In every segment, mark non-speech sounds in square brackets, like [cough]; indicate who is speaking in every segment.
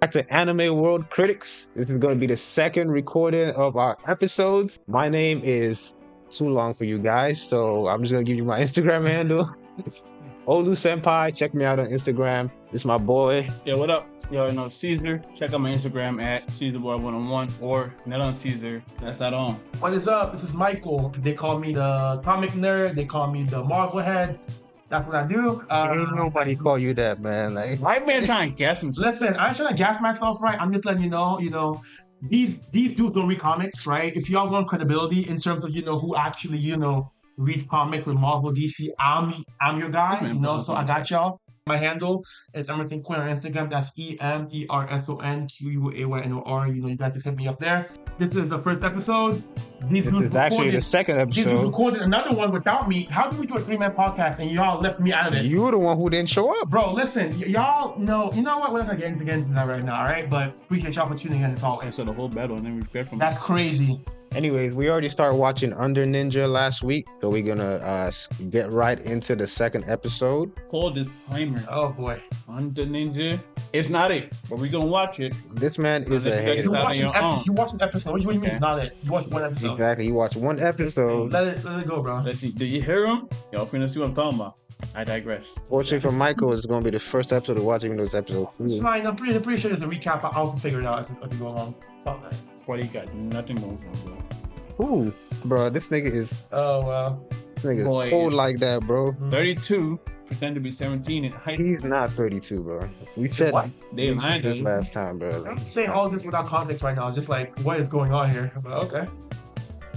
Speaker 1: back to Anime World Critics. This is going to be the second recording of our episodes. My name is too long for you guys, so I'm just going to give you my [laughs] Instagram handle. Olu Senpai, check me out on Instagram. It's my boy.
Speaker 2: Yo, what up? Yo, you know, Caesar. Check out my Instagram at CaesarBoy101 or not on Caesar. That's not on.
Speaker 3: What is up? This is Michael. They call me the comic nerd. They call me the Marvel head. That's what I do.
Speaker 1: Ain't
Speaker 3: Uh,
Speaker 1: nobody call you that, man. Like,
Speaker 2: Why
Speaker 1: [laughs]
Speaker 2: man trying to guess himself?
Speaker 3: listen, I'm trying to gas myself, right? I'm just letting you know, you know, these these dudes don't read comics, right? If y'all want credibility in terms of you know who actually you know reads comics with Marvel, DC, I'm I'm your guy, you know. So I got y'all. My handle is Emerson Quinn on Instagram. That's E M E R S O N Q U A Y N O R. You know, you guys just hit me up there. This is the first episode. These
Speaker 1: this
Speaker 3: dudes
Speaker 1: is actually the
Speaker 3: recorded-
Speaker 1: second
Speaker 3: these dudes
Speaker 1: episode.
Speaker 3: recorded another one without me. How do we do a three man podcast and y'all left me out of it?
Speaker 1: You were the one who didn't show up.
Speaker 3: Bro, listen, y- y'all know, you know what? We're not gonna get into getting into that right now, all right? But appreciate y'all for tuning in as
Speaker 2: I
Speaker 3: always.
Speaker 2: said the whole battle and then we prepared from
Speaker 3: That's crazy.
Speaker 1: Anyways, we already started watching Under Ninja last week, so we're going to uh, s- get right into the second episode.
Speaker 2: full disclaimer.
Speaker 3: Oh boy.
Speaker 2: Under Ninja, it's not it, but we gonna watch it.
Speaker 1: This man is
Speaker 2: Unless
Speaker 1: a
Speaker 2: you got
Speaker 3: You
Speaker 2: It's
Speaker 1: hater.
Speaker 2: out of
Speaker 3: watched, an
Speaker 2: your own.
Speaker 3: ep- you watched an episode. What do you mean it's not it? You watched one episode.
Speaker 1: Exactly. You watch one episode.
Speaker 3: Let it let it go, bro.
Speaker 2: Let's see. Did you hear him? Y'all finna see what I'm talking about. I digress.
Speaker 1: Fortunately for Michael, it's going to be the first episode to watch, even though it's episode
Speaker 3: It's
Speaker 1: three.
Speaker 3: fine. I'm pretty, pretty sure there's a recap. but I'll figure it out as, as we go along. uh, Something.
Speaker 2: Why you got nothing going for him, bro?
Speaker 1: Ooh, bro, this nigga is
Speaker 3: Oh well.
Speaker 1: this nigga is
Speaker 2: Boy.
Speaker 1: cold like that, bro.
Speaker 3: Mm.
Speaker 2: 32 pretend to be 17 in height.
Speaker 1: He's not 32, bro. We said
Speaker 3: What?
Speaker 2: They
Speaker 1: we said
Speaker 2: lying to
Speaker 1: this
Speaker 2: you.
Speaker 1: last time, bro.
Speaker 3: I'm
Speaker 1: Like,
Speaker 3: saying all this without context right now. It's just like, what is going on here? But okay.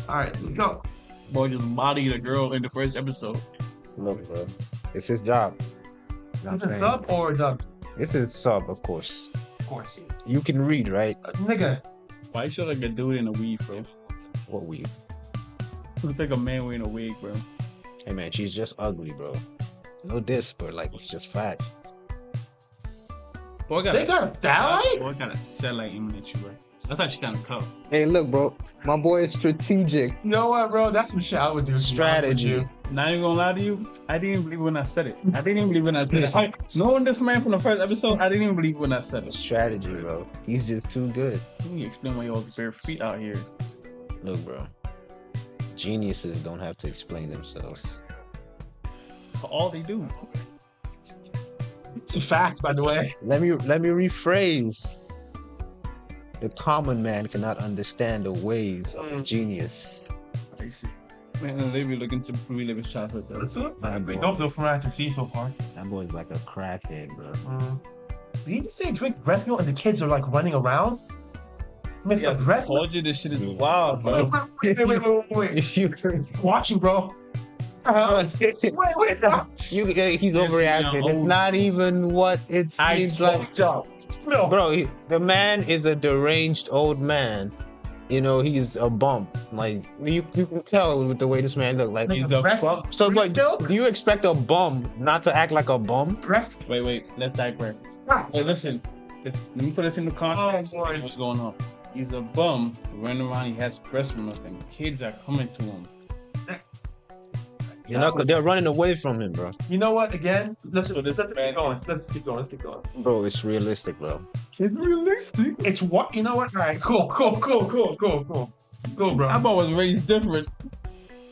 Speaker 3: All right, let's go.
Speaker 2: Boy just bodied a girl in the first episode.
Speaker 1: look, bro, it's his job. You know
Speaker 3: Is
Speaker 1: what I'm saying?
Speaker 3: it sub or dub?
Speaker 1: It's his sub, of course.
Speaker 3: Of course.
Speaker 1: You can read, right?
Speaker 3: Uh, nigga,
Speaker 2: Why you show like a dude in a weave, bro?
Speaker 1: What we?
Speaker 2: Looks like a man wearing a wig, bro.
Speaker 1: Hey man, she's just ugly, bro. No diss, but like it's just fact.
Speaker 2: Boy got
Speaker 3: they
Speaker 2: a-
Speaker 3: got that right?
Speaker 2: Boy got a satellite aiming at you, bro. That's actually kind of tough.
Speaker 1: Hey, look, bro, my boy is strategic.
Speaker 3: You know what, bro? That's some shit I would do. to be honest with
Speaker 1: Strategy.
Speaker 3: you.
Speaker 2: Not even gonna lie to you, I didn't believe when I said it. I didn't even believe when I said it. [laughs] Like, knowing this man from the first episode, I didn't even believe when I said it.
Speaker 1: Strategy, bro. He's just too good.
Speaker 2: Can you explain why y'all bare feet out here?
Speaker 1: Look, bro. Geniuses don't have to explain themselves.
Speaker 2: For all they do.
Speaker 3: It's a fact, by the way.
Speaker 1: Let me let me rephrase. The common man cannot understand the ways of a
Speaker 3: Mm.
Speaker 1: genius.
Speaker 2: I see. Man, they be looking to relive his childhood, though.
Speaker 1: Bad boy.
Speaker 3: Nope, though, from what I can see so far.
Speaker 1: That boy's like a crackhead, bro.
Speaker 3: Mm. Did you say drink breast milk and the kids are like running around? Mr.
Speaker 2: Yeah, I
Speaker 3: breast milk.
Speaker 2: told you this shit is wild, [laughs] bro.
Speaker 3: Wait, wait, wait, wait, [laughs]
Speaker 1: [laughs]
Speaker 3: wait.
Speaker 1: you,
Speaker 3: Watching, bro. Uh, wait, wait, no.
Speaker 1: you, hey, he's
Speaker 2: This
Speaker 1: overreacting.
Speaker 2: young
Speaker 1: It's
Speaker 2: old-
Speaker 1: not even what it
Speaker 3: I
Speaker 1: seems like.
Speaker 3: y'all. No.
Speaker 1: Bro, he, the man is a deranged old man. You know, he's a bump. Like you, you can tell with the way this man looks. Like
Speaker 3: Nigga,
Speaker 1: he's a
Speaker 3: breast-
Speaker 1: bum. So
Speaker 3: breast
Speaker 1: like,
Speaker 3: milk?
Speaker 1: do you expect a bum not to act like a bum?
Speaker 3: Breast
Speaker 2: Wait, wait, let's digress.
Speaker 3: milk.
Speaker 2: Hey, listen, let me put this into context.
Speaker 3: Oh, Lord.
Speaker 2: What's going on? He's a bum running around. He has breast milk, and kids are coming to him.
Speaker 1: You know, 'cause they're running away from him, bro.
Speaker 3: You know what? Again, let's,
Speaker 2: So this
Speaker 3: let's
Speaker 2: man-
Speaker 3: keep going. Let's keep going. Let's keep going.
Speaker 1: Bro, it's realistic, bro.
Speaker 2: It's realistic.
Speaker 3: It's what? You know what? All right, cool, cool, cool, cool, cool, cool. Cool, bro.
Speaker 2: I'm always raised different.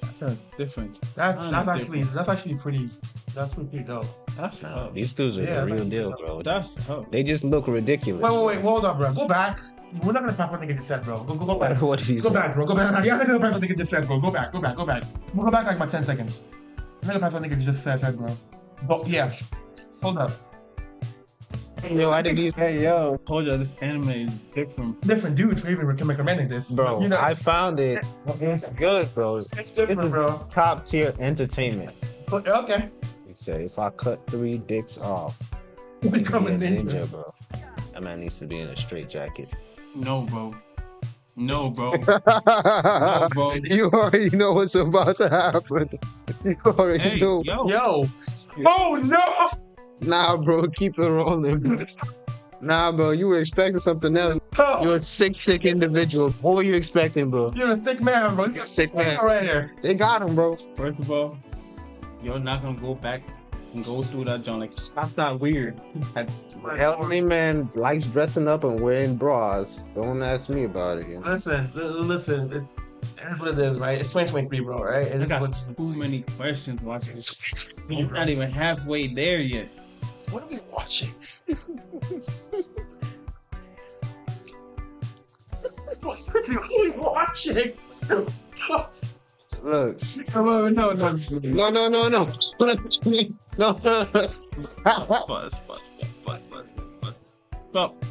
Speaker 2: That's a different.
Speaker 3: That's
Speaker 2: I'm
Speaker 3: that's
Speaker 2: different.
Speaker 3: actually that's actually pretty. That's pretty dope.
Speaker 2: That's
Speaker 1: Nah,
Speaker 2: tough.
Speaker 1: these dudes are
Speaker 3: Oh. Yeah,
Speaker 1: the real
Speaker 3: like-
Speaker 1: deal, bro.
Speaker 2: That's tough.
Speaker 1: They just look ridiculous.
Speaker 3: Wait, wait, wait,
Speaker 1: bro.
Speaker 3: hold on, bro. Go back. We're not gonna back what nigga just said, bro. Go, go, go
Speaker 1: [laughs]
Speaker 3: back.
Speaker 1: what did he
Speaker 3: Go
Speaker 1: say?
Speaker 3: back, bro. Go back. Yeah, I'm gonna go back what nigga just said, bro. Go back, go back, go back. We'll go back like about 10 seconds. I'm gonna find what nigga just said, said, bro. But yeah, hold up.
Speaker 1: Yo, I think he's hey yo,
Speaker 2: told you this anime is different.
Speaker 3: Different dude for even recommending this,
Speaker 1: bro.
Speaker 3: You know,
Speaker 1: I
Speaker 3: it's,
Speaker 1: found it. It's good, bro. It's
Speaker 3: it's different, bro.
Speaker 1: top tier entertainment.
Speaker 3: But, okay,
Speaker 1: He said, if I cut three dicks off,
Speaker 3: we
Speaker 1: he'd be a
Speaker 3: coming in.
Speaker 1: ninja, bro. That man needs to be in a straight
Speaker 3: [laughs]
Speaker 1: jacket.
Speaker 2: No, bro. No, bro. No,
Speaker 1: [laughs] you
Speaker 2: bro.
Speaker 1: [laughs] already know what's about to happen. [laughs] You already
Speaker 2: Hey, yo.
Speaker 3: Yo. Oh no!
Speaker 1: Nah, bro, keep it rolling. Bro. Nah, bro, you were expecting something else.
Speaker 3: Oh,
Speaker 1: You're a sick, sick individual. What were you expecting, bro?
Speaker 3: you're a sick man, bro. You're
Speaker 1: Sick
Speaker 3: a sick man
Speaker 1: man.
Speaker 3: right here.
Speaker 1: They got him, bro.
Speaker 2: First of all, you're not gonna go back and goes through that, John. Like that's not weird. Like,
Speaker 1: Elderly man likes dressing up and wearing bras. Don't ask me about it. You know?
Speaker 3: Listen, li- li- listen. It, that's what it is, right? It's 2023, bro, right? It
Speaker 2: I
Speaker 3: is
Speaker 2: got
Speaker 3: what,
Speaker 2: too many questions watching this. I'm not even halfway there yet.
Speaker 3: what are we watching? [laughs] what are we watching? [laughs]
Speaker 1: Look.
Speaker 2: No, no, no.
Speaker 1: No, no, no, no. [laughs] no, no, no.
Speaker 2: Buzz, buzz, buzz, buzz, buzz, buzz. Stop.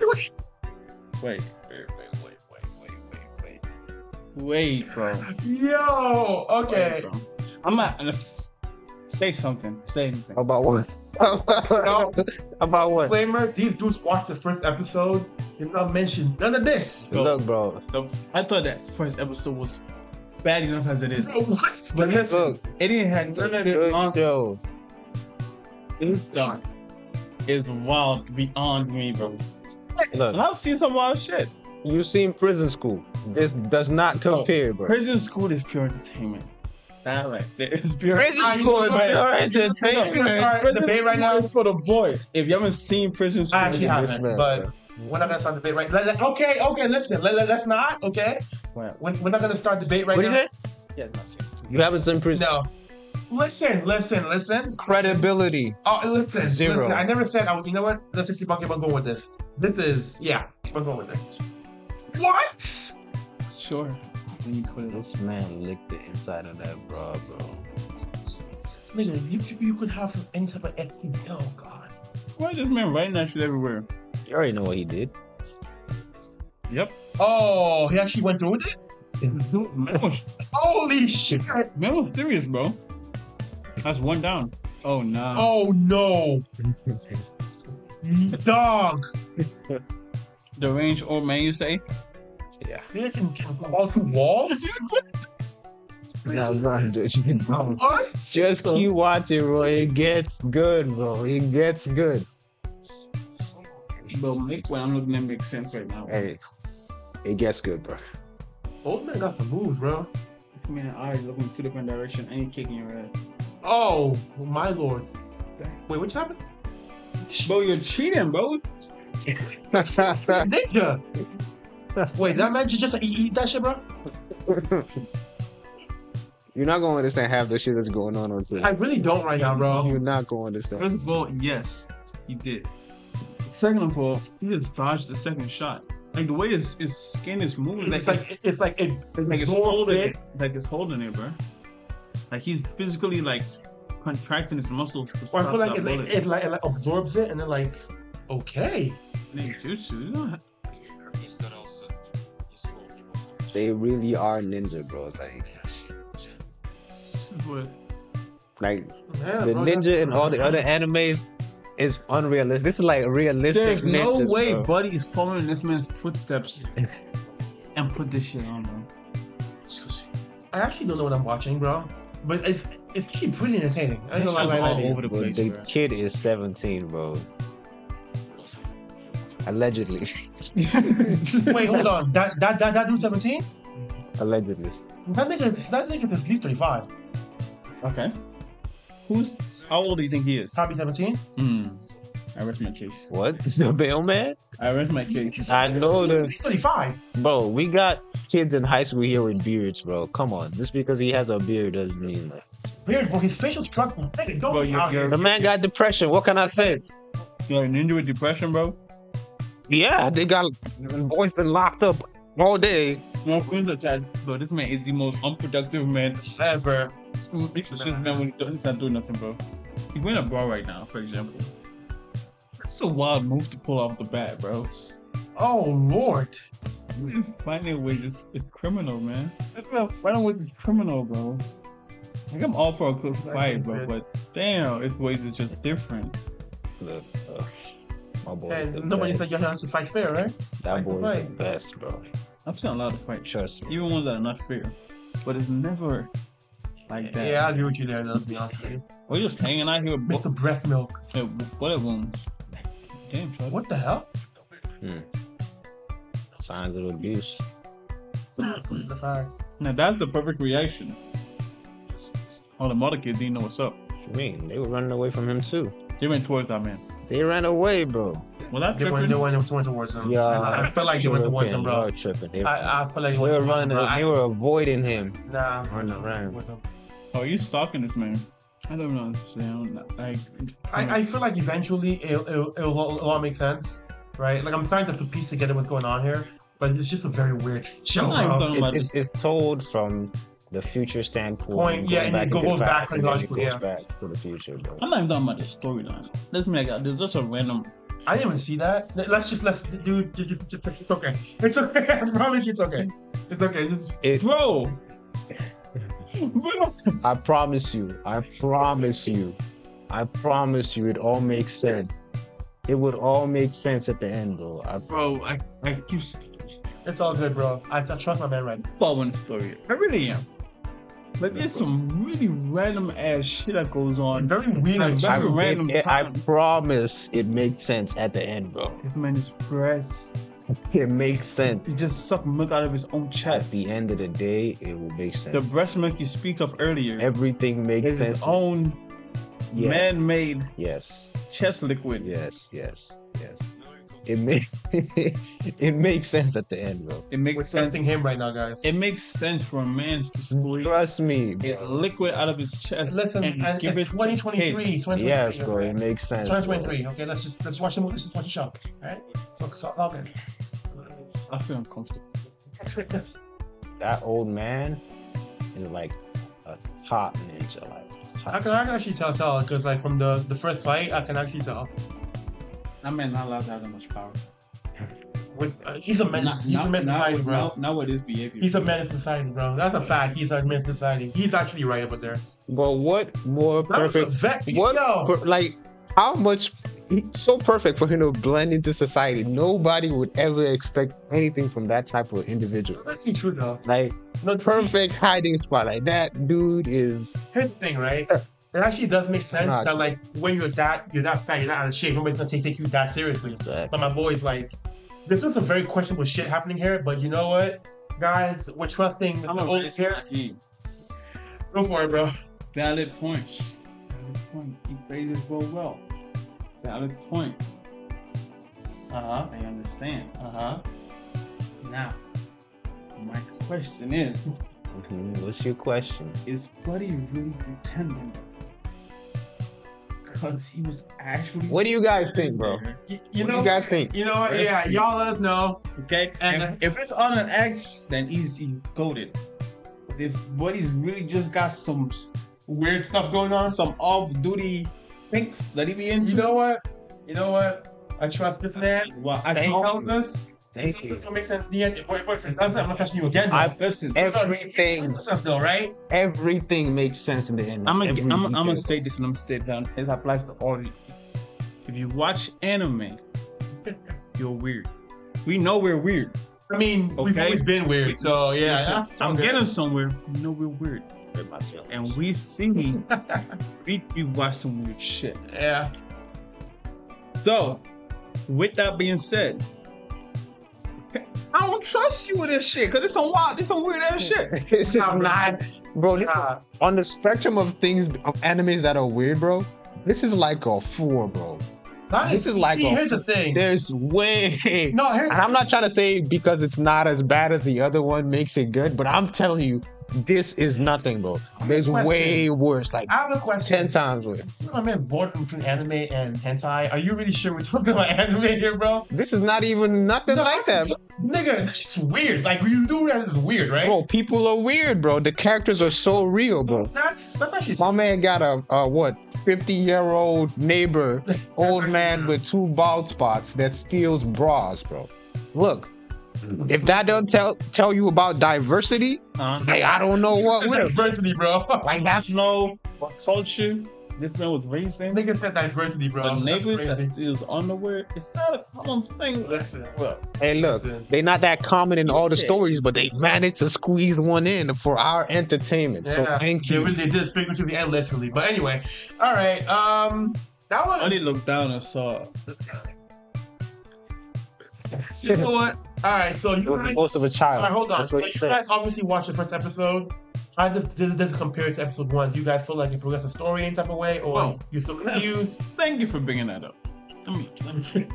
Speaker 2: Wait, wait, wait, wait, wait, wait, wait, wait. Wait, bro.
Speaker 3: Yo, okay.
Speaker 2: Wait, bro. I'm not. Say something. Say anything.
Speaker 1: About what?
Speaker 3: No.
Speaker 1: About what?
Speaker 3: Disclaimer: These dudes watched the first episode. Did not mention none of this.
Speaker 2: So-
Speaker 1: Look, bro.
Speaker 2: The- I thought that first episode was bad enough as it is.
Speaker 3: Bro, what?
Speaker 2: But listen,
Speaker 1: Look.
Speaker 2: it didn't have none of this nonsense.
Speaker 1: Yo,
Speaker 2: This stuff is wild beyond me, bro. And
Speaker 1: look.
Speaker 2: I've seen some wild shit.
Speaker 1: You've seen prison school. This does not compare, bro.
Speaker 2: Prison school is pure entertainment. That right there is pure
Speaker 1: Prison school is
Speaker 2: Alright.
Speaker 1: pure
Speaker 3: No, no,
Speaker 1: entertainment.
Speaker 3: alright.
Speaker 2: Prison
Speaker 3: Debate right now.
Speaker 2: school is for the boys. If you haven't seen prison school,
Speaker 3: I actually
Speaker 1: Look at
Speaker 3: haven't,
Speaker 1: this man,
Speaker 3: but
Speaker 1: bro.
Speaker 3: we're not gonna start debate right. Let, let- okay, okay, listen. Let, let, us not. Okay,
Speaker 2: Wow.
Speaker 3: we're, we're not gonna start debate right
Speaker 1: What
Speaker 3: now.
Speaker 1: is it?
Speaker 2: yeah, not seen.
Speaker 1: You haven't seen prison.
Speaker 3: No. Listen, listen, listen.
Speaker 1: Credibility.
Speaker 3: Oh, listen,
Speaker 1: Zero.
Speaker 3: listen. I never said I was. You know what? Let's just keep on, keep on going with this. This is yeah. Keep on going with this. What?
Speaker 2: Sure. Then you quit it.
Speaker 1: This man licked the inside of that bra, bro.
Speaker 3: Nigga, you, you could have any type of FTP. Oh God.
Speaker 2: Why is this man writing that shit everywhere?
Speaker 1: You already know what he did.
Speaker 2: [laughs] Yep.
Speaker 3: Oh, he actually went through with it.
Speaker 2: Man was,
Speaker 3: Holy shit.
Speaker 2: man was serious, bro. That's one down. Oh nah.
Speaker 3: Oh no, dog.
Speaker 2: The range old man, you say?
Speaker 1: yeah.
Speaker 3: They can can crawl through walls.
Speaker 1: No, no, [laughs] dude. No.
Speaker 3: What?
Speaker 1: Just keep watching, bro. It gets good, bro. It gets good.
Speaker 2: But make what I'm looking at makes sense right now.
Speaker 1: Hey, it gets good, bro.
Speaker 3: Old man got some moves, bro.
Speaker 2: I mean, I looking two different direction and you kicking your ass.
Speaker 3: Oh my lord. Wait, what just happened?
Speaker 2: Bro, you're cheating, bro.
Speaker 3: Ninja. Wait, that man ju- just eat, eat that shit, bro.
Speaker 1: [laughs] You're not gonna understand half the shit that's going on on
Speaker 3: I
Speaker 1: Twitter.
Speaker 3: really don't right now,
Speaker 1: You're
Speaker 3: bro.
Speaker 1: not gonna understand.
Speaker 2: First of all, yes, he did. Second of all, he just dodged the second shot. Like the way his, his skin is moving,
Speaker 1: [laughs]
Speaker 3: It's like it's like it
Speaker 2: like it's
Speaker 3: absorbs
Speaker 2: holding
Speaker 3: it.
Speaker 2: it. Like it's holding it, bro. Like he's physically like contracting his muscles. To
Speaker 3: Or I
Speaker 2: stop
Speaker 3: feel like
Speaker 2: that
Speaker 3: it like
Speaker 2: bullet.
Speaker 3: it like, it like absorbs it, and then like, okay.
Speaker 2: Nigga, jutsu, you don't have-
Speaker 1: They really are ninja, bro. Like,
Speaker 2: But
Speaker 1: like
Speaker 3: Yeah,
Speaker 1: the
Speaker 3: bro,
Speaker 1: ninja
Speaker 3: that's-
Speaker 1: and all the other animes is unrealistic. This is like realistic.
Speaker 2: There's no
Speaker 1: ninjas,
Speaker 2: way
Speaker 1: bro.
Speaker 2: Buddy is following this man's footsteps and put this shit on, [laughs] bro.
Speaker 3: I actually don't know what I'm watching, bro. But it's it's actually pretty entertaining. I ain't
Speaker 2: This
Speaker 3: gonna
Speaker 2: show's
Speaker 3: lie
Speaker 2: all
Speaker 3: right now.
Speaker 2: over the
Speaker 1: But
Speaker 2: place,
Speaker 1: the
Speaker 2: bro.
Speaker 1: kid is 17, bro. Allegedly.
Speaker 3: Wait, hold on. That that that that dude 17?
Speaker 1: Allegedly.
Speaker 3: That nigga that nigga is at least 35.
Speaker 2: Okay. Who's how old do you think he is?
Speaker 3: Probably 17.
Speaker 2: Hmm. I rest my case.
Speaker 1: What? [laughs] The mailman?
Speaker 2: I rest my case.
Speaker 1: I know the
Speaker 3: He's 35.
Speaker 1: bro. We got kids in high school here with beards, bro. Come on, just because he has a beard doesn't mean that.
Speaker 3: Weird, bro. His facial structure. Nigga, don't
Speaker 2: Bro,
Speaker 3: be
Speaker 2: you're-
Speaker 3: out here.
Speaker 1: The man got depression. What can I say?
Speaker 2: You're a ninja with depression, bro.
Speaker 1: Yeah, they got boys been locked up all day.
Speaker 2: No friends are Chad, bro. This man is the most unproductive man ever. This is man when he does, he's not doing nothing, bro. He went a bar right now, for example. That's a wild move to pull off the bat, bro.
Speaker 3: Oh lord.
Speaker 2: You finding a way just it's criminal, man. This man finding ways is criminal, bro. Like I'm all for a good fight, bro, but damn, his ways is just different.
Speaker 1: Look, uh, my boy. is the
Speaker 3: And Eh, nobody
Speaker 1: best.
Speaker 3: said you're not to fight fair, right?
Speaker 1: that boy is the
Speaker 3: Right.
Speaker 1: best, bro.
Speaker 2: I've seen a lot of fights,
Speaker 1: Trust me.
Speaker 2: even ones that are not fair, but it's never like that.
Speaker 3: Yeah, I agree with you there, let's be honest with you.
Speaker 2: we're just hanging out here with
Speaker 3: Mr. Breast Milk.
Speaker 2: Hey, wh- What it wounds? Damn, Chuck.
Speaker 3: What the hell?
Speaker 1: Signs of abuse.
Speaker 3: The fire.
Speaker 2: Now that's the perfect reaction. Oh, the mother kid didn't know what's up.
Speaker 1: you mean? They were running away from him too.
Speaker 2: They went towards that man.
Speaker 1: They ran away, bro.
Speaker 2: Well, that
Speaker 3: They
Speaker 2: tripping.
Speaker 3: went, they went, they went towards him.
Speaker 1: Yeah.
Speaker 3: And Um, I, I felt like they went towards him, bro.
Speaker 1: Y'all tripping. They,
Speaker 3: I, I felt like
Speaker 1: they
Speaker 3: they
Speaker 1: were
Speaker 3: went towards him,
Speaker 1: running.
Speaker 3: bro.
Speaker 1: They
Speaker 3: I,
Speaker 1: were avoiding him.
Speaker 3: nah,
Speaker 1: running around.
Speaker 3: with him.
Speaker 2: Oh, you stalking this man? I don't know. I don't- Like,
Speaker 3: I, I feel like eventually it'll, it'll, it'll, all- it'll all make sense, right? Like I'm starting to piece together what's going on here, but it's just a very weird show.
Speaker 2: I'm not even
Speaker 3: bro.
Speaker 2: talking about
Speaker 1: It, it's, it's told from the future standpoint.
Speaker 3: Point, yeah,
Speaker 1: going
Speaker 3: and it
Speaker 1: into
Speaker 3: goes
Speaker 1: the
Speaker 3: back
Speaker 1: past, and then it
Speaker 3: chronologically,
Speaker 1: goes
Speaker 3: yeah.
Speaker 1: back to the future, bro.
Speaker 2: I'm not even talking about the storyline. That's me. Like, there's just a random.
Speaker 3: I didn't even see that. Let- Let's just let's do. do- do- do- It's okay. [laughs] It's okay. I promise you, it's okay. It's okay. Just-
Speaker 1: It,
Speaker 2: Bro! Bro!
Speaker 1: I promise you. I promise you. I promise you. It all makes sense. It would all make sense at the end, bro. I,
Speaker 2: Bro, I, I keep s-
Speaker 3: It's all good, bro. I, I trust my man right now.
Speaker 2: following the story. I really am. Like, there's some really random ass shit that goes on.
Speaker 3: Very weird.
Speaker 2: I'm
Speaker 3: and
Speaker 2: very-
Speaker 1: I,
Speaker 2: That's a random
Speaker 1: it- it- I
Speaker 2: time.
Speaker 1: promise it makes sense at the end, bro.
Speaker 2: This man just press.
Speaker 1: It makes sense.
Speaker 2: He just sucked milk out of his own
Speaker 1: At
Speaker 2: chest.
Speaker 1: the end of the day, it will make sense.
Speaker 2: The breast milk you speak of earlier
Speaker 1: Everything makes
Speaker 2: is
Speaker 1: sense.
Speaker 2: his own
Speaker 1: yes,
Speaker 2: man-made
Speaker 1: yes,
Speaker 2: chest liquid.
Speaker 1: yes, yes, yes. It makes [laughs] it makes sense at the end, bro.
Speaker 2: It makes
Speaker 3: We're
Speaker 2: sense.
Speaker 3: sensing him right now, guys.
Speaker 2: It makes sense for a man to split
Speaker 1: Trust me,
Speaker 2: his
Speaker 1: bro.
Speaker 2: liquid out of his chest
Speaker 3: Listen,
Speaker 2: and
Speaker 3: and
Speaker 2: give it
Speaker 3: it's
Speaker 2: to
Speaker 3: 2023.
Speaker 2: kids.
Speaker 3: 2023
Speaker 1: Yes, bro.
Speaker 3: okay?
Speaker 1: It makes sense. bro.
Speaker 3: 2023. Okay, let's just let's watch the movie. Let's just watch the show. All right. So, so all good.
Speaker 2: I feel uncomfortable.
Speaker 1: That old man is like a top ninja, like
Speaker 3: I
Speaker 1: top.
Speaker 3: can, I can actually tell, tell, because like from the the first fight, I can actually tell.
Speaker 2: That man not allowed to have that much power.
Speaker 3: With, uh, he's a menace. he's a menace to society,
Speaker 2: with,
Speaker 3: bro.
Speaker 2: now, now with his behavior.
Speaker 3: He's a menace to society, bro. That's a fact. He's a menace to society. He's actually right up there.
Speaker 1: But what more
Speaker 3: That was a
Speaker 1: perfect?
Speaker 3: vet-
Speaker 1: What
Speaker 3: Yo.
Speaker 1: per- like? How much? So perfect for him to blend into society. Nobody would ever expect anything from that type of individual.
Speaker 3: That's actually true though.
Speaker 1: Like
Speaker 3: No,
Speaker 1: perfect hiding spot. Like that dude is
Speaker 3: here's the thing, right? It actually does make sense
Speaker 1: Nah,
Speaker 3: that like when you're that you're that fat, you're that out of shape, nobody's gonna take, take you that seriously. But my boy's like, there's been some very questionable shit happening here, but you know what? Guys, we're trusting the
Speaker 2: I'm a
Speaker 3: old
Speaker 2: old
Speaker 3: here. Go for it, bro.
Speaker 2: Valid point. Valid point. He played his role well. Valid point. Uh huh.
Speaker 3: Uh-huh.
Speaker 2: I understand. Uh huh. Now, my question is:
Speaker 1: Mhm, What's your question?
Speaker 2: Is Buddy really pretending? Because he was actually.
Speaker 1: What do you guys think, bro?
Speaker 3: You, you
Speaker 1: what
Speaker 3: know,
Speaker 1: do you guys think?
Speaker 3: you know what?
Speaker 2: That's
Speaker 3: Yeah,
Speaker 2: true.
Speaker 3: y'all let us know.
Speaker 2: Okay,
Speaker 3: And-
Speaker 2: and if, if it's on an X, then he's, he's goaded. But if Buddy's really just got some s- weird stuff going on, some off-duty things that he be into,
Speaker 3: You know what? You know what? I trust this man.
Speaker 2: well, I
Speaker 3: And he
Speaker 2: don't.
Speaker 3: tells us.
Speaker 1: Thank you.
Speaker 3: It's gonna make sense. in The end, boy, boyfriend. That's not. I'm not catching you again.
Speaker 1: I-
Speaker 2: Listen,
Speaker 1: Ev- everything.
Speaker 3: That's us though, right?
Speaker 1: Everything makes sense in the end.
Speaker 2: I'm gonna
Speaker 1: Every
Speaker 2: I'm
Speaker 1: [laughs]
Speaker 2: gonna
Speaker 1: detail.
Speaker 2: say this and I'm gonna say it down. It applies to all. of you. If you watch anime, [laughs] you're weird. We know we're weird.
Speaker 3: I mean, we've
Speaker 2: Okay.
Speaker 3: always been weird, so yeah.
Speaker 2: Listen,
Speaker 3: that's-
Speaker 2: I'm
Speaker 3: okay.
Speaker 2: getting somewhere. We know we're weird,
Speaker 1: Hurt my feelings.
Speaker 2: and we see we we watch some weird shit.
Speaker 3: [laughs] Yeah.
Speaker 2: So, with that being said, I don't trust you with this shit because it's some wild, it's some weird ass
Speaker 3: [laughs]
Speaker 2: shit.
Speaker 1: This is
Speaker 3: I'm not.
Speaker 1: bro. this-
Speaker 3: Nah.
Speaker 1: on the spectrum of things of animes that are weird, bro. This is like a four, bro.
Speaker 3: That
Speaker 1: This is like
Speaker 3: See,
Speaker 1: a-
Speaker 3: here's the thing.
Speaker 1: There's way. And
Speaker 3: no, here's
Speaker 1: I'm not trying to say because it's not as bad as the other one makes it good, but I'm telling you, this is nothing, bro. There's
Speaker 3: Question.
Speaker 1: way worse, like
Speaker 3: I have a question.
Speaker 1: ten times worse.
Speaker 3: I'm in boredom from anime and hentai. Are you really sure we're talking about anime here, bro?
Speaker 1: This is not even nothing like that, bro.
Speaker 3: Nigga, it's weird. Like you do realize it's weird, right?
Speaker 1: Bro, people are weird, bro. The characters are so real, bro.
Speaker 3: That's that's actually
Speaker 1: My man got a, a what, 50 year old neighbor, old man with two bald spots that steals bras, bro. Look, if that don't tell tell you about diversity,
Speaker 2: Huh?
Speaker 1: like I don't know what
Speaker 3: It's
Speaker 1: will.
Speaker 3: diversity, bro. [laughs]
Speaker 1: Like that's
Speaker 2: no culture. This man was raised in.
Speaker 3: Nigga said diversity, bro.
Speaker 2: The
Speaker 3: That's
Speaker 2: niggas
Speaker 3: crazy.
Speaker 2: that steals underwear, it's not a common thing.
Speaker 3: Listen,
Speaker 2: Well,
Speaker 1: hey look, they not that common in all the stories, but they managed to squeeze one in for our entertainment. So
Speaker 3: yeah,
Speaker 1: thank
Speaker 3: they
Speaker 1: you.
Speaker 3: really they did figuratively and literally. But anyway, all right. Um, that
Speaker 2: I
Speaker 3: was
Speaker 2: only looked down and saw.
Speaker 3: you know what. All right, so you guys
Speaker 1: Most of a
Speaker 3: All right,
Speaker 1: child.
Speaker 3: hold on.
Speaker 1: That's what
Speaker 3: Like,
Speaker 1: he
Speaker 3: you
Speaker 1: said.
Speaker 3: guys obviously watched the first episode. I just this, this compared to episode one. Do you guys feel like it progressed the story in type of way, or
Speaker 2: Well,
Speaker 3: you're still confused?
Speaker 2: Thank you for bringing that up. Let me, let me.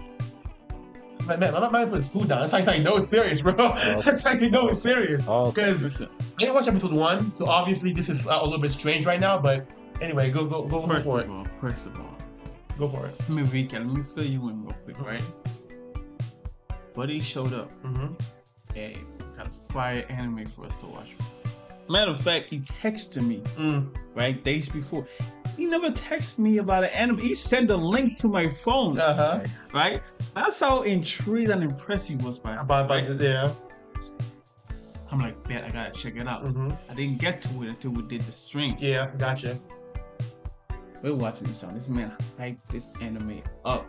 Speaker 3: [laughs] Man, man, I'm not mad to put food down. That's how you know it's serious, bro. [laughs] That's how you know it's serious.
Speaker 1: Oh,
Speaker 3: Because
Speaker 2: Listen,
Speaker 3: I didn't watch episode one, so obviously this is uh, a little bit strange right now. But anyway, go go go,
Speaker 2: first
Speaker 3: for it.
Speaker 2: of all, first of all,
Speaker 3: Go for it.
Speaker 2: let me recap. Let me fill you in real quick, right? Buddy showed up.
Speaker 3: Mm-hmm.
Speaker 2: Hey, got a fire anime for us to watch. Matter of fact, he texted me
Speaker 3: Mm.
Speaker 2: right days before. He never texted me about an anime. He sent a link to my phone,
Speaker 3: Uh huh.
Speaker 2: right? That's how intrigued and impressed he was by
Speaker 3: About
Speaker 2: this,
Speaker 3: about
Speaker 2: right?
Speaker 3: yeah.
Speaker 2: I'm like, bet I gotta check it out.
Speaker 3: Mm-hmm.
Speaker 2: I didn't get to it until we did the stream.
Speaker 3: Yeah. Gotcha.
Speaker 2: We're watching this on this man hyped this anime up,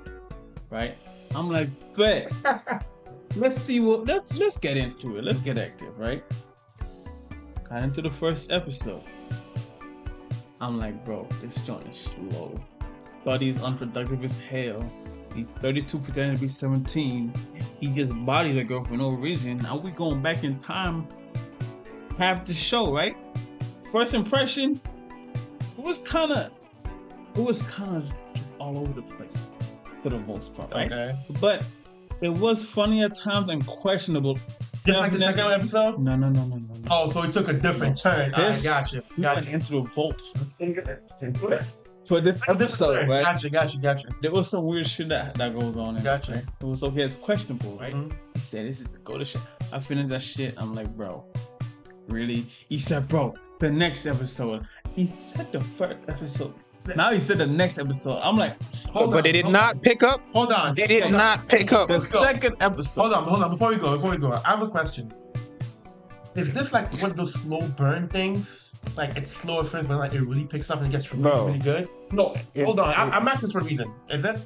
Speaker 2: right? I'm like, bet. let's see what let's let's get into it. Let's get active, right? Got into the first episode. I'm like, bro, this joint is slow. Buddy's unproductive as hell. He's 32, pretending to be 17. He just bodied a girl for no reason. Now we going back in time, half the show, right? First impression, it was kind of, it was kind of just all over the place for the most part, right?
Speaker 3: Okay.
Speaker 2: But it was funny at times and questionable.
Speaker 3: Just like the second episode.
Speaker 2: No, no, no, no, no. no.
Speaker 3: Oh, so it took a different turn.
Speaker 2: This-
Speaker 3: This, I gotcha.
Speaker 2: we went
Speaker 3: Gotcha.
Speaker 2: into a vault
Speaker 3: Different
Speaker 2: for this episode,
Speaker 3: turn.
Speaker 2: right?
Speaker 3: Gotcha, gotcha, gotcha.
Speaker 2: There was some weird shit that, that goes on. in it,
Speaker 3: Gotcha.
Speaker 2: right? It was okay. It's questionable, right?
Speaker 3: Mhm.
Speaker 2: He said, "This is go to shit." I finished that shit. I'm like, bro, really? He said, bro, the next episode. He said the first episode. Now he said the next episode. I'm like,
Speaker 1: But,
Speaker 2: hold on,
Speaker 1: they did
Speaker 2: hold
Speaker 1: not
Speaker 2: on.
Speaker 1: pick up.
Speaker 3: Hold on.
Speaker 1: They did
Speaker 3: hold on.
Speaker 1: not pick up.
Speaker 2: The
Speaker 3: Let's go.
Speaker 2: second episode.
Speaker 3: Hold on, hold on. Before we go, before we go, I have a question. Is this like one of those slow burn things? Like it's slow at first, but like it really picks up and gets really,
Speaker 1: Bro.
Speaker 3: really good. No,
Speaker 1: It-
Speaker 3: hold on. I,
Speaker 1: it-
Speaker 3: I'm asking for a reason. Is it?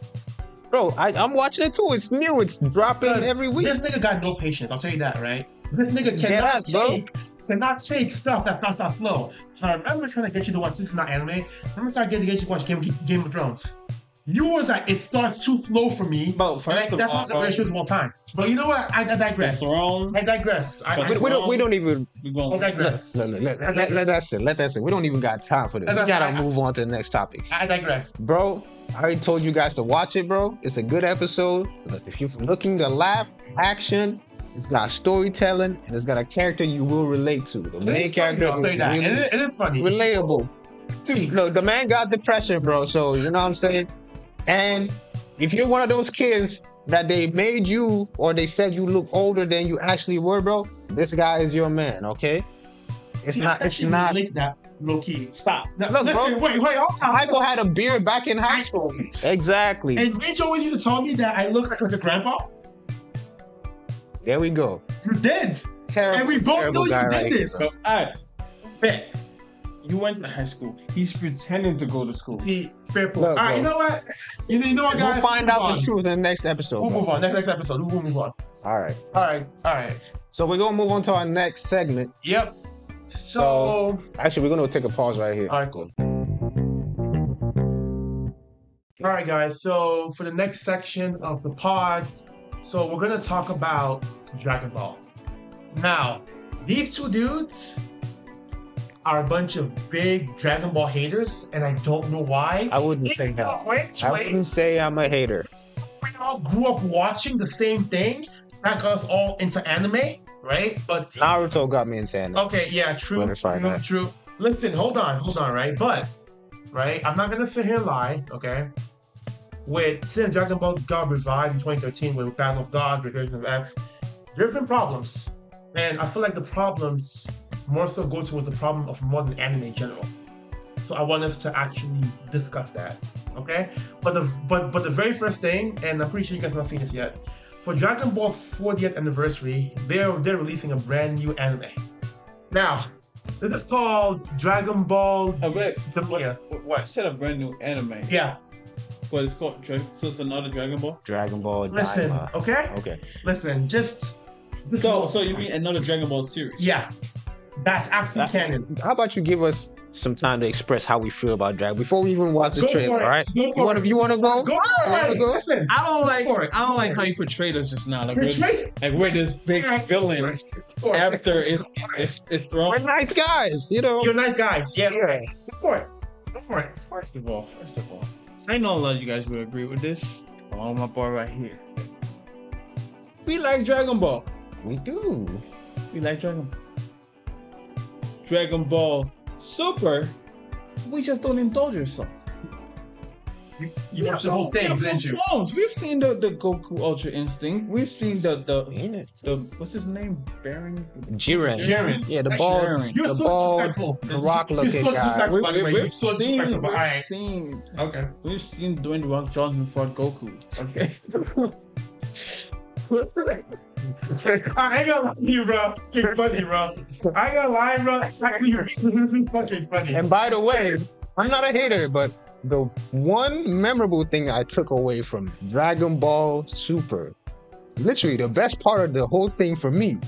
Speaker 1: Bro, I, I'm watching it too. It's new. It's dropping
Speaker 3: Because
Speaker 1: every week.
Speaker 3: This nigga got no patience. I'll tell you that, right? This nigga
Speaker 1: Dead
Speaker 3: cannot
Speaker 1: ass, bro.
Speaker 3: take, cannot take stuff that's not that slow. So I remember trying to get you to watch. This is not anime. I'm trying to get you to watch Game, Game of Thrones. You was like, it starts too slow for me.
Speaker 2: Bro, first
Speaker 3: And I-
Speaker 2: of
Speaker 3: that's
Speaker 2: all,
Speaker 3: one of the issues of all time. But you know what? I, I
Speaker 2: the
Speaker 3: digress.
Speaker 2: throne.
Speaker 3: I digress. I, I,
Speaker 1: We, we don't. We don't even.
Speaker 2: We going.
Speaker 3: I
Speaker 1: Let,
Speaker 3: digress.
Speaker 1: let, let, let, let that sit. Let that sit. We don't even got time for this. We gotta move on to the next topic.
Speaker 3: I digress.
Speaker 1: bro. I already told you guys to watch it, bro. It's a good episode. Look, If you're looking to laugh, action, it's got storytelling, and it's got a character you will relate to. The
Speaker 3: It
Speaker 1: main
Speaker 3: is funny,
Speaker 1: character
Speaker 3: though, I'll tell you that.
Speaker 1: is
Speaker 3: It is- it is funny.
Speaker 1: relatable. Dude, look, the man got depression, bro. So you know what I'm saying. And if you're one of those kids that they made you or they said you look older than you actually were, bro, this guy is your man. Okay. It's
Speaker 3: See,
Speaker 1: not.
Speaker 3: I
Speaker 1: It's
Speaker 3: actually
Speaker 1: not.
Speaker 3: relate to that low key.
Speaker 2: Stop.
Speaker 3: Now,
Speaker 1: Look,
Speaker 3: listen,
Speaker 1: bro.
Speaker 3: [laughs] wait, wait, hold on.
Speaker 1: Michael had a beard back in high school. Exactly.
Speaker 3: And Rachel always used to tell me that I look like, like a grandpa.
Speaker 1: There we go.
Speaker 3: You did.
Speaker 1: terrible,
Speaker 3: And we both
Speaker 1: terrible
Speaker 3: know you
Speaker 1: guy
Speaker 3: did
Speaker 1: right
Speaker 3: this.
Speaker 1: here,
Speaker 2: So I bet you went to high school. He's pretending to go to school.
Speaker 3: See, fair point.
Speaker 1: Look,
Speaker 3: All right, you
Speaker 1: bro.
Speaker 3: know what? You know, you know what,
Speaker 1: bro.
Speaker 3: guys?
Speaker 1: We'll find
Speaker 3: Move
Speaker 1: out
Speaker 3: on.
Speaker 1: the truth in the next episode.
Speaker 3: We'll
Speaker 1: bro.
Speaker 3: move on. Next, next episode. We'll move on.
Speaker 1: All right.
Speaker 3: All right, all right.
Speaker 1: So we're gonna move on to our next segment.
Speaker 3: Yep. So,
Speaker 1: So- Actually, we're gonna take a pause right here.
Speaker 3: all right, cool. All right, guys. So for the next section of the pod, so we're gonna talk about Dragon Ball. Now, these two dudes are a bunch of big Dragon Ball haters, and I don't know why.
Speaker 1: I wouldn't say that. I wouldn't say I'm a hater.
Speaker 3: we all grew up watching the same thing that got us all into anime, right? But
Speaker 1: Naruto got me into anime.
Speaker 3: okay, yeah, true,
Speaker 1: Let me find
Speaker 3: true,
Speaker 1: that.
Speaker 3: true. Listen, hold on, hold on, right? But right, I'm not gonna sit here and lie, okay? With since Dragon Ball got revived in 2013 with Battle of God, Recursion of F, there's been problems, and I feel like the problems more so go towards the problem of modern anime in general. So I want us to actually discuss that, okay? But the but but the very first thing, and I'm pretty sure you guys have not seen this yet, for Dragon Ball 40th anniversary, they're they're releasing a brand new anime. Now, this is called Dragon Ball.
Speaker 2: I bet.
Speaker 3: Yeah,
Speaker 2: I said a brand new anime,
Speaker 3: yeah.
Speaker 2: but it's called Dra- so it's another Dragon Ball.
Speaker 1: Dragon Ball.
Speaker 3: Listen,
Speaker 1: Daima.
Speaker 3: okay,
Speaker 1: Okay.
Speaker 3: listen, just.
Speaker 2: So so you mean another Dragon Ball series?
Speaker 3: yeah, that's actually
Speaker 1: That-
Speaker 3: canon.
Speaker 1: How about you give us some time to express how we feel about drag before we even watch the
Speaker 3: Go
Speaker 1: trailer.
Speaker 3: for it.
Speaker 1: All right,
Speaker 3: Go
Speaker 1: you
Speaker 3: for
Speaker 1: want
Speaker 3: it.
Speaker 1: to you want to go?
Speaker 3: Go
Speaker 1: You wanna
Speaker 3: for it.
Speaker 1: go?
Speaker 3: Listen,
Speaker 2: I don't like
Speaker 3: for it.
Speaker 2: I don't like how you portrayed us just now. Like we're,
Speaker 3: portray-
Speaker 2: like we're this big villain
Speaker 3: for it.
Speaker 2: after it, it's it's
Speaker 1: We're
Speaker 2: thrown.
Speaker 1: nice guys, you know.
Speaker 3: You're nice guys. Yeah.
Speaker 1: Yeah.
Speaker 3: Go for it. Go for it.
Speaker 2: First of all, first of all, I know a lot of you guys will agree with this. Oh my boy, right here. We like Dragon Ball.
Speaker 1: We do.
Speaker 2: We like Dragon Ball. Dragon Ball Super. We just don't indulge ourselves.
Speaker 3: You, you watched the whole thing,
Speaker 2: Yeah,
Speaker 3: didn't you?
Speaker 2: Bones. We've seen the, the Goku Ultra Instinct. We've seen the the,
Speaker 1: Seen it.
Speaker 2: the what's his name? Baron.
Speaker 1: Jiren.
Speaker 3: Jiren.
Speaker 1: Yeah, the
Speaker 3: That's
Speaker 1: ball.
Speaker 2: Jiren.
Speaker 3: You're
Speaker 1: the
Speaker 3: so
Speaker 1: ball.
Speaker 3: disrespectful.
Speaker 1: the rock looking
Speaker 3: [laughs] You're so
Speaker 1: guy.
Speaker 3: disrespectful, by the
Speaker 2: We've, we've,
Speaker 3: way. You're
Speaker 2: we've
Speaker 3: so
Speaker 2: seen,
Speaker 3: disrespectful.
Speaker 2: we've
Speaker 3: All right.
Speaker 2: seen,
Speaker 3: Okay.
Speaker 2: we've seen Dwayne The Rock Johnson fought Goku. [laughs] Okay.
Speaker 3: [laughs] I ain't gonna lie to you, bro. You're funny, bro. I ain't gonna lie, bro. It's actually- You're [laughs] fucking funny.
Speaker 1: And by the way, I'm not a hater, but the one memorable thing I took away from Dragon Ball Super, literally the best part of the whole thing for me,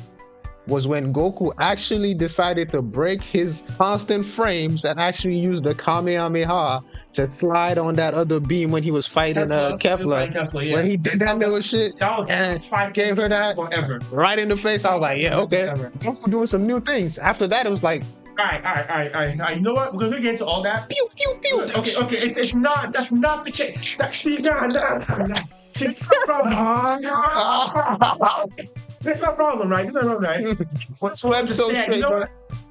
Speaker 1: was when Goku actually decided to break his constant frames and actually use the Kamehameha to slide on that other beam when he was fighting uh, Kefla.
Speaker 3: Kefla, yeah.
Speaker 1: When he did that little shit
Speaker 3: that was
Speaker 1: and
Speaker 3: five
Speaker 1: gave her that
Speaker 3: forever.
Speaker 1: right in the face, I was like, yeah, okay.
Speaker 3: Forever.
Speaker 1: Goku doing some new things. After that, it was like,
Speaker 3: All right, all right, all right, all right. Now you know what? We're gonna get into all that.
Speaker 1: pew, pew, pew. [laughs]
Speaker 3: Okay, okay. It's, it's not. That's not the case. That, see, nah, nah, nah. See, This is my problem. This is my problem, right? This is my problem, right?
Speaker 1: What's web so
Speaker 3: Yeah,
Speaker 1: straight,
Speaker 3: you know
Speaker 1: bro?
Speaker 3: what?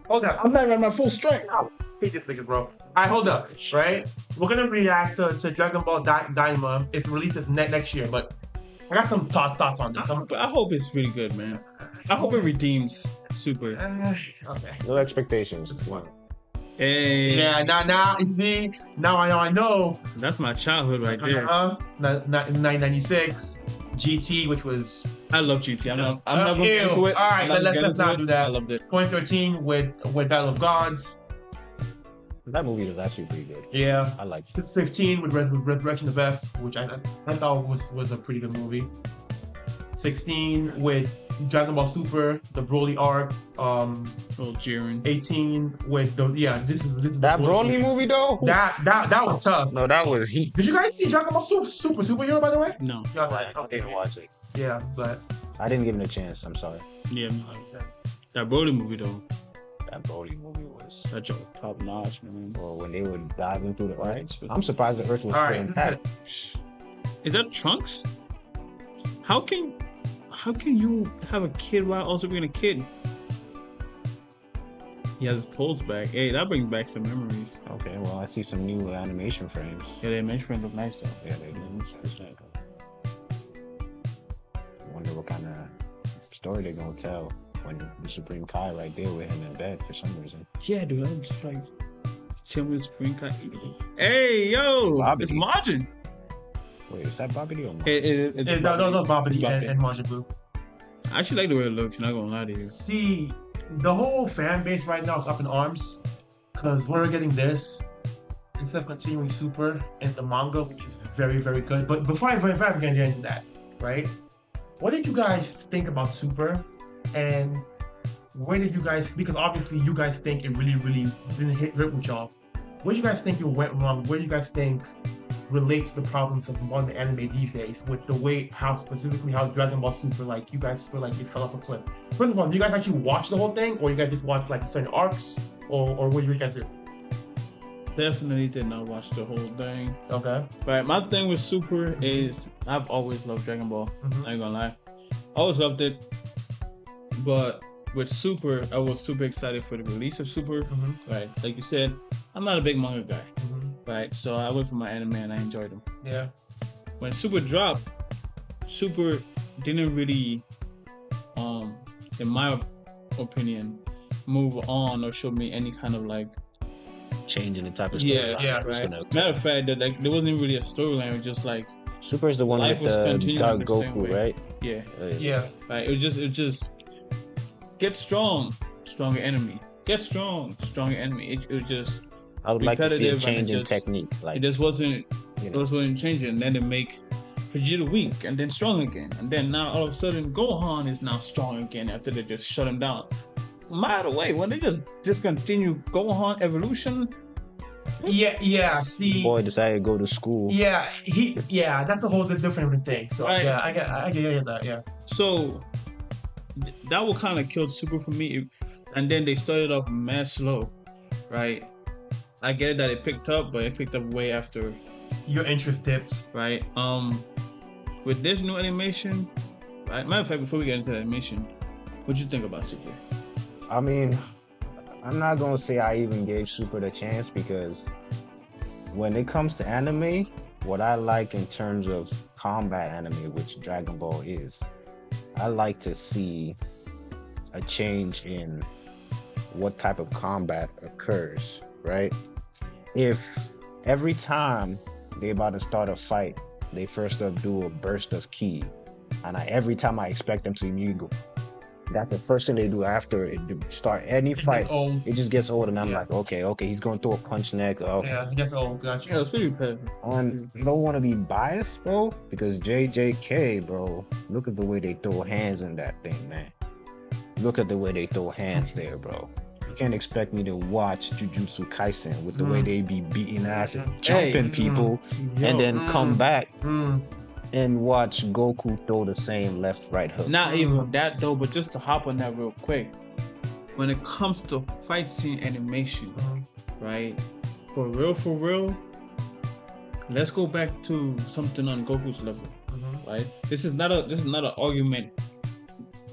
Speaker 3: Hold up. I'm not even at my full strength. I hate this nigga, bro. All right, hold up. Right? We're gonna react to, to Dragon Ball Di- Daima. It's releases ne- next year, but I got some thought, thoughts on
Speaker 2: I
Speaker 3: this. I'm-
Speaker 2: hope, I hope it's really good, man. I hope it redeems Super.
Speaker 3: Uh, okay.
Speaker 1: No expectations.
Speaker 2: Hey,
Speaker 3: Yeah, now, now, you see, now I know, I know.
Speaker 2: that's my childhood right there.
Speaker 3: Uh-huh. Na- na- 996 GT, which was
Speaker 2: I love GT. I'm not, I'm
Speaker 3: Uh,
Speaker 2: not gonna
Speaker 3: ew.
Speaker 2: get into it.
Speaker 3: All right,
Speaker 2: I'm not
Speaker 3: let-
Speaker 2: gonna
Speaker 3: let's-
Speaker 2: get
Speaker 3: let's
Speaker 2: into
Speaker 3: not
Speaker 2: it.
Speaker 3: do that.
Speaker 2: I loved it.
Speaker 3: 2013 with with Battle of Gods.
Speaker 1: That movie was actually pretty good.
Speaker 3: Yeah.
Speaker 1: I like
Speaker 3: 15 with Res- Resurrection of F, which I, I thought was was a pretty good movie. 16 with Dragon Ball Super, the Broly arc. Um,
Speaker 2: Little Jiren.
Speaker 3: 18 with the yeah, this is this is
Speaker 1: that
Speaker 3: the
Speaker 1: Broly movie though.
Speaker 3: That that that was tough.
Speaker 1: no, that was he.
Speaker 3: Did you guys see Dragon Ball Super Super Superhero by the way?
Speaker 2: No.
Speaker 3: Yeah, like, okay.
Speaker 1: watch it.
Speaker 3: Yeah, but
Speaker 1: I didn't give him a chance. I'm sorry.
Speaker 2: Yeah. no. That Brody movie though.
Speaker 1: That Broly movie was.
Speaker 2: That joke top notch, man.
Speaker 1: Well, when they were diving through the
Speaker 2: Right.
Speaker 1: earth, I'm surprised the earth was
Speaker 3: All right.
Speaker 1: playing packed.
Speaker 2: Is that Trunks? How can how can you have a kid while also being a kid? He has his pulls back. Hey, that brings back some memories.
Speaker 1: Okay, well, I see some new animation frames.
Speaker 2: Yeah, they made friend look nice though.
Speaker 1: Yeah, they did. I wonder what kind of story they're gonna tell when the Supreme Kai right there with him in bed for some reason.
Speaker 2: Yeah, dude, I'm just like chilling with Supreme Kai. Hey, yo,
Speaker 1: Bobby.
Speaker 2: it's Margin.
Speaker 1: Wait, is that Bobby or?
Speaker 2: It, it, it's
Speaker 3: yeah, no, no, no, Bobbity and,
Speaker 2: Bobby.
Speaker 3: and Majin Buu.
Speaker 2: I actually like the way it looks. Not gonna lie to you.
Speaker 3: See, the whole fan base right now is up in arms because we're getting this instead of continuing Super and the manga, which is very, very good. But before I, before I get into that, right? What did you guys think about Super? And where did you guys, because obviously you guys think it really, really didn't hit right with y'all. Where do you guys think it went wrong? Where do you guys think relates to the problems of modern anime these days with the way how specifically how Dragon Ball Super like you guys feel like it fell off a cliff? First of all, do you guys actually watch the whole thing, or you guys just watch like certain arcs, or or what do you guys do?
Speaker 2: Definitely did not watch the whole thing.
Speaker 3: Okay.
Speaker 2: But my thing with Super is I've always loved Dragon Ball.
Speaker 3: Mhm.
Speaker 2: I ain't gonna lie. I always loved it. But with Super, I was super excited for the release of Super.
Speaker 3: Mhm.
Speaker 2: Right. Like you said, I'm not a big manga guy.
Speaker 3: Mhm.
Speaker 2: Right. So I went for my anime and I enjoyed them.
Speaker 3: Yeah.
Speaker 2: When Super dropped, Super didn't really um in my opinion move on or show me any kind of like
Speaker 1: Changing the type of story.
Speaker 2: yeah,
Speaker 3: yeah,
Speaker 1: It's
Speaker 2: right.
Speaker 1: gonna-
Speaker 2: Matter of fact that like there wasn't really a storyline, it was just like
Speaker 1: Super is the one
Speaker 2: Life
Speaker 1: with
Speaker 2: was
Speaker 1: uh,
Speaker 2: continuing
Speaker 1: Dark
Speaker 2: the same
Speaker 1: Goku,
Speaker 2: way.
Speaker 1: right?
Speaker 2: yeah.
Speaker 1: Uh,
Speaker 3: Yeah.
Speaker 2: Right? It was just it was just get strong, stronger enemy. Get strong, stronger enemy. It, it was just
Speaker 1: I would like to see a
Speaker 2: Repetitive and
Speaker 1: change in
Speaker 2: just-
Speaker 1: technique.
Speaker 2: it
Speaker 1: Like,
Speaker 2: just wasn't
Speaker 1: you
Speaker 2: it
Speaker 1: know,
Speaker 2: just wasn't changing. And then they make Vegeta weak and then strong again. And then now all of a sudden Gohan is now strong again after they just shut him down. miles away when they just discontinue Gohan Evolution.
Speaker 3: Yeah, yeah. See,
Speaker 1: Boy decided to go to school.
Speaker 3: yeah, he, yeah. That's a whole different thing. So
Speaker 2: Right.
Speaker 3: yeah, I get, I get, I get that. Yeah.
Speaker 2: So th- that will kind of killed Super for me. And then they started off mad slow, right? I get that it picked up, but it picked up way after,
Speaker 3: Your interest dips.
Speaker 2: right? Um, with this new animation, right? Matter of fact, before we get into the animation, what do you think about Super?
Speaker 1: I mean, I'm not gonna say I even gave Super the chance because when it comes to anime, what I like in terms of combat anime, which Dragon Ball is, I like to see a change in what type of combat occurs, right? If every time they about to start a fight, they first up do a burst of ki, and I, every time I expect them to immediately go, that's the first thing they do after it start any fight.
Speaker 3: It's old.
Speaker 1: It just gets old, and I'm
Speaker 3: Yeah.
Speaker 1: like, okay, okay, he's going to throw a punch neck. Oh,
Speaker 3: Yeah, it gets old. Gotcha.
Speaker 2: Yeah, it was pretty repetitive.
Speaker 1: and I don't want to be biased, bro, because JJK, bro, look at the way they throw hands in that thing, man. Look at the way they throw hands there, bro. You can't expect me to watch Jujutsu Kaisen with the way
Speaker 3: Mm.
Speaker 1: they be beating ass and
Speaker 2: Hey.
Speaker 1: jumping people,
Speaker 2: Yo.
Speaker 1: and then come
Speaker 3: Mm.
Speaker 1: back
Speaker 3: Mm.
Speaker 1: and watch Goku throw the same left right hook.
Speaker 2: Not even that though, but just to hop on that real quick. When it comes to fight scene animation,
Speaker 3: Mm.
Speaker 2: right? For real, for real. Let's go back to something on Goku's level,
Speaker 3: Mhm.
Speaker 2: right? This is not a this is not an argument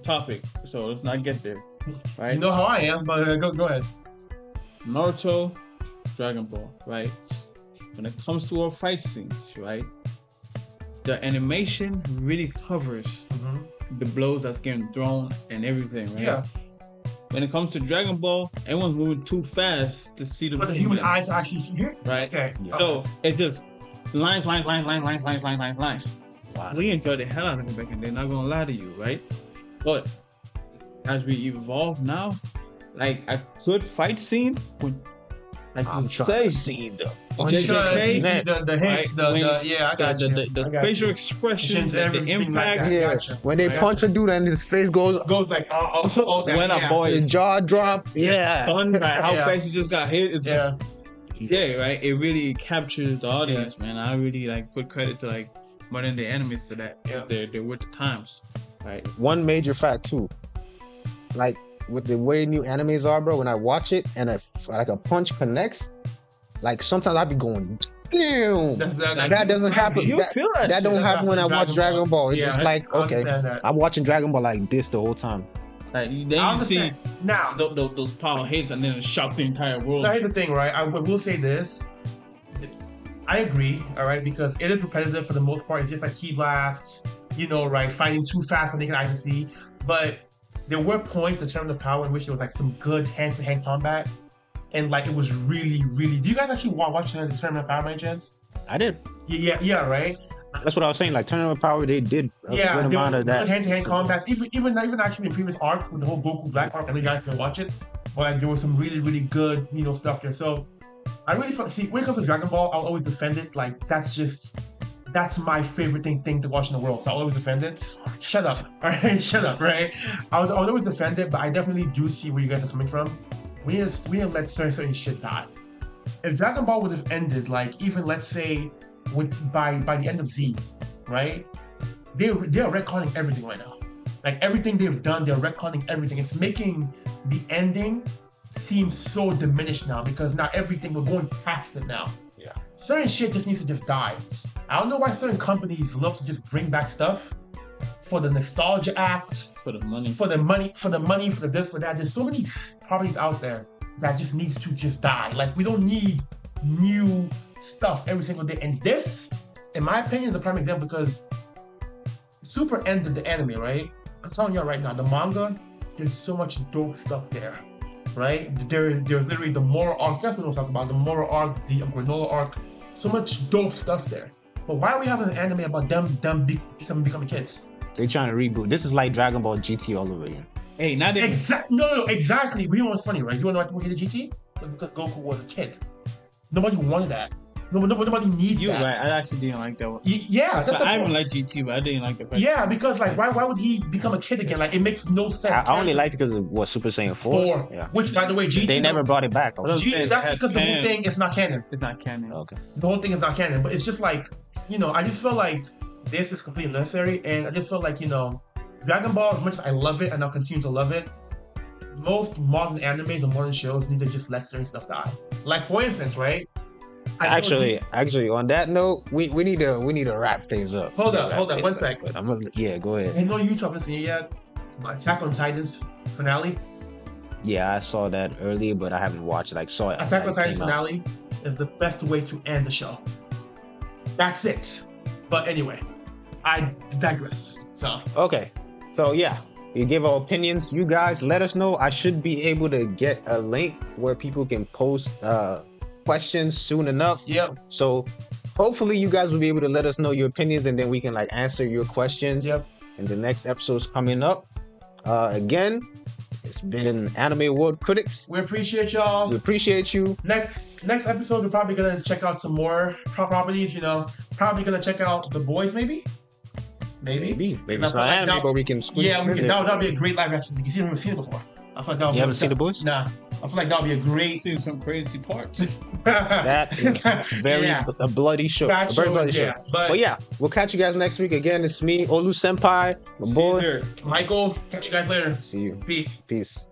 Speaker 2: topic, so let's not get
Speaker 3: [laughs]
Speaker 2: there, right?
Speaker 3: You know how I am, but uh, go, go ahead.
Speaker 2: Naruto, Dragon Ball, right? When it comes to our fight scenes, right? The animation really covers
Speaker 3: Mhm.
Speaker 2: the blows that's getting thrown and everything, right?
Speaker 3: Yeah,
Speaker 2: When it comes to Dragon Ball, everyone's moving too fast to see the
Speaker 3: but the human
Speaker 2: movement,
Speaker 3: eye to actually see here.
Speaker 2: right?
Speaker 3: Okay.
Speaker 1: Yeah.
Speaker 2: So it just lines, lines, lines, lines, lines, lines, lines, lines, lines. We enjoyed the hell out of it back in the day, not gonna lie to you, right? But as we evolve now, like a good fight scene would like
Speaker 1: I'm
Speaker 2: you
Speaker 1: trying
Speaker 2: say,
Speaker 1: to see the
Speaker 2: JJK,
Speaker 1: punches.
Speaker 3: the, the, the
Speaker 2: Right,
Speaker 3: hits, the,
Speaker 2: when-
Speaker 3: the yeah, I
Speaker 2: the,
Speaker 3: got
Speaker 2: the,
Speaker 3: you.
Speaker 2: the,
Speaker 3: I
Speaker 2: the
Speaker 3: got
Speaker 2: facial
Speaker 3: you.
Speaker 2: expressions,
Speaker 3: Actions,
Speaker 2: the, the
Speaker 3: everything like
Speaker 2: impact.
Speaker 3: that.
Speaker 1: Yeah,
Speaker 3: Gotcha.
Speaker 1: when they
Speaker 2: Right.
Speaker 1: punch a dude and his face goes,
Speaker 3: goes like all, all, all that.
Speaker 2: when
Speaker 3: yeah.
Speaker 2: a boy
Speaker 1: the
Speaker 2: is
Speaker 1: jaw drop. Yeah.
Speaker 2: stunned by how
Speaker 3: Yeah.
Speaker 2: fast he just got hit, it's
Speaker 3: Yeah.
Speaker 2: yeah, right. It really captures the audience, man. I really like put credit to like modern day enemies to that.
Speaker 3: Yeah.
Speaker 2: They're they're with the times, right?
Speaker 1: one major fact too. Like with the way new animes are, bro. When I watch it and a like a punch connects, like sometimes I be going, damn.
Speaker 3: That's,
Speaker 1: That doesn't happen.
Speaker 2: You
Speaker 1: That-
Speaker 2: feel
Speaker 1: That
Speaker 2: that?
Speaker 1: don't
Speaker 3: that's
Speaker 1: happen when I
Speaker 3: after
Speaker 1: watch Dragon
Speaker 3: Dragon
Speaker 1: Ball. It's
Speaker 3: Yeah,
Speaker 1: just
Speaker 3: I-
Speaker 1: like
Speaker 3: I
Speaker 1: okay,
Speaker 3: understand that.
Speaker 1: I'm watching Dragon Ball like this the whole time.
Speaker 2: Like, you- then
Speaker 3: I
Speaker 2: you see
Speaker 3: understand. Now,
Speaker 2: th- th- those power hits and then it shocked the entire world.
Speaker 3: Now, here's the thing, right? I w- will say this. I agree, all right, because it is repetitive for the most part. It's just like key blasts, you know, right? Fighting too fast and they can I can see. But there were points in terms of power in which there was like some good hand to hand combat. And like it was really, really. Do you guys actually wa- watch the Tournament of Power by any chance?
Speaker 1: I did.
Speaker 3: Yeah, yeah, yeah, right?
Speaker 1: That's what I was saying. Like Tournament of Power, they did a
Speaker 3: yeah,
Speaker 1: good
Speaker 3: there
Speaker 1: amount
Speaker 3: was
Speaker 1: of that.
Speaker 3: Hand to hand combat. Even even even actually in previous arcs with the whole Goku Black arc, I know you guys can watch it, but like, there was some really really good you know stuff there. So I really felt, see when it comes to Dragon Ball, I'll always defend it. Like that's just that's my favorite thing thing to watch in the world. So I'll always defend it. Shut up, [laughs] all right? Shut up, right? I'll, I'll always defend it, but I definitely do see where you guys are coming from. We need to, we need to let certain certain shit die. If Dragon Ball would have ended, like even let's say with by by the end of Z, right? they they're retconning everything right now. Like everything they've done, they're retconning everything. It's making the ending seem so diminished now because now everything we're going past it now.
Speaker 1: Yeah.
Speaker 3: Certain shit just needs to just die. I don't know why certain companies love to just bring back stuff for the nostalgia act,
Speaker 2: for the money.
Speaker 3: for the money, for the money, for the this, for that. There's so many properties out there that just needs to just die. Like we don't need new stuff every single day. And this, in my opinion, is the prime example because Super ended the anime, right? I'm telling y'all right now, the manga, there's so much dope stuff there, right? There, there's literally the moral arc. That's what I'm talking about. The moral arc, the granola arc, so much dope stuff there. But why are we having an anime about them, them, be, them becoming kids?
Speaker 1: They trying to reboot. This is like Dragon Ball GT all over again.
Speaker 2: Hey, now that
Speaker 3: Exactly. No, no, exactly. We know what's funny, right? You want to know why people hated GT? Because Goku was a kid. Nobody wanted that. No, but nobody, nobody needs
Speaker 2: You're
Speaker 3: that.
Speaker 2: right. I actually didn't like that one.
Speaker 3: Y- yeah, that's
Speaker 2: But
Speaker 3: the
Speaker 2: I even
Speaker 3: point.
Speaker 2: like GT, but I didn't like the first.
Speaker 3: yeah, because like, why, why would he become a kid again? Like, it makes no
Speaker 1: I,
Speaker 3: sense.
Speaker 1: I only liked it because it was Super Saiyan 4.
Speaker 3: four,
Speaker 1: Yeah.
Speaker 3: which by the way, GT.
Speaker 1: They never brought it back.
Speaker 2: Well,
Speaker 3: G-
Speaker 2: It
Speaker 3: that's
Speaker 2: had
Speaker 3: because the whole
Speaker 2: ten.
Speaker 3: thing is not canon.
Speaker 2: It's not canon.
Speaker 1: Okay.
Speaker 3: The whole thing is not canon, but it's just like, you know, I just feel like this is completely necessary, and I just feel like, you know, Dragon Ball, as much as I love it and I'll continue to love it, most modern animes and modern shows need to just let certain stuff die. Like, for instance, right? I know
Speaker 1: Actually,
Speaker 3: you-
Speaker 1: actually, on that note, we, we need to we need to wrap things up. We
Speaker 3: Hold
Speaker 1: need
Speaker 3: up,
Speaker 1: to
Speaker 3: hold
Speaker 1: wrap
Speaker 3: up, one
Speaker 1: things
Speaker 3: sec.
Speaker 1: But I'm gonna, yeah, go ahead.
Speaker 3: I know you haven't seen it yet. but Attack on Titans finale.
Speaker 1: Yeah, I saw that earlier, but I haven't watched. Like, saw it.
Speaker 3: Attack
Speaker 1: when
Speaker 3: on
Speaker 1: it
Speaker 3: Titan's
Speaker 1: came out.
Speaker 3: finale is the best way to end the show. That's it. But anyway, I digress. So
Speaker 1: Okay. So yeah, you give our opinions. You guys let us know. I should be able to get a link where people can post uh questions soon enough.
Speaker 3: yep,
Speaker 1: So hopefully you guys will be able to let us know your opinions and then we can like answer your questions
Speaker 3: yep.
Speaker 1: in the next episodes coming up. Uh again, it's been Anime World Critics.
Speaker 3: We appreciate y'all.
Speaker 1: We appreciate you.
Speaker 3: Next next episode, we're probably gonna check out some more pro- properties. You know, probably gonna check out the boys, maybe, maybe.
Speaker 1: Maybe. Maybe
Speaker 3: That's
Speaker 1: it's not
Speaker 3: what I
Speaker 1: anime,
Speaker 3: doubt.
Speaker 1: but we can squeeze
Speaker 3: Yeah,
Speaker 1: it
Speaker 3: we
Speaker 1: in
Speaker 3: could,
Speaker 1: there.
Speaker 3: that would that'd be a great live action. You haven't seen it before. I feel like that would
Speaker 1: You haven't
Speaker 3: be,
Speaker 1: seen the boys?
Speaker 3: Nah, I feel like that would be a
Speaker 2: I've
Speaker 3: great. [laughs]
Speaker 2: seen some crazy parts.
Speaker 1: [laughs] That is very
Speaker 3: Yeah.
Speaker 1: a bloody show.
Speaker 3: That
Speaker 1: A very
Speaker 3: show
Speaker 1: bloody
Speaker 3: is-
Speaker 1: show.
Speaker 3: yeah, but,
Speaker 1: But yeah, we'll catch you guys next week. Again, it's me, Olu Senpai, my boy.
Speaker 2: Caesar.
Speaker 3: Michael, catch you guys later.
Speaker 1: See you.
Speaker 3: Peace.
Speaker 1: Peace.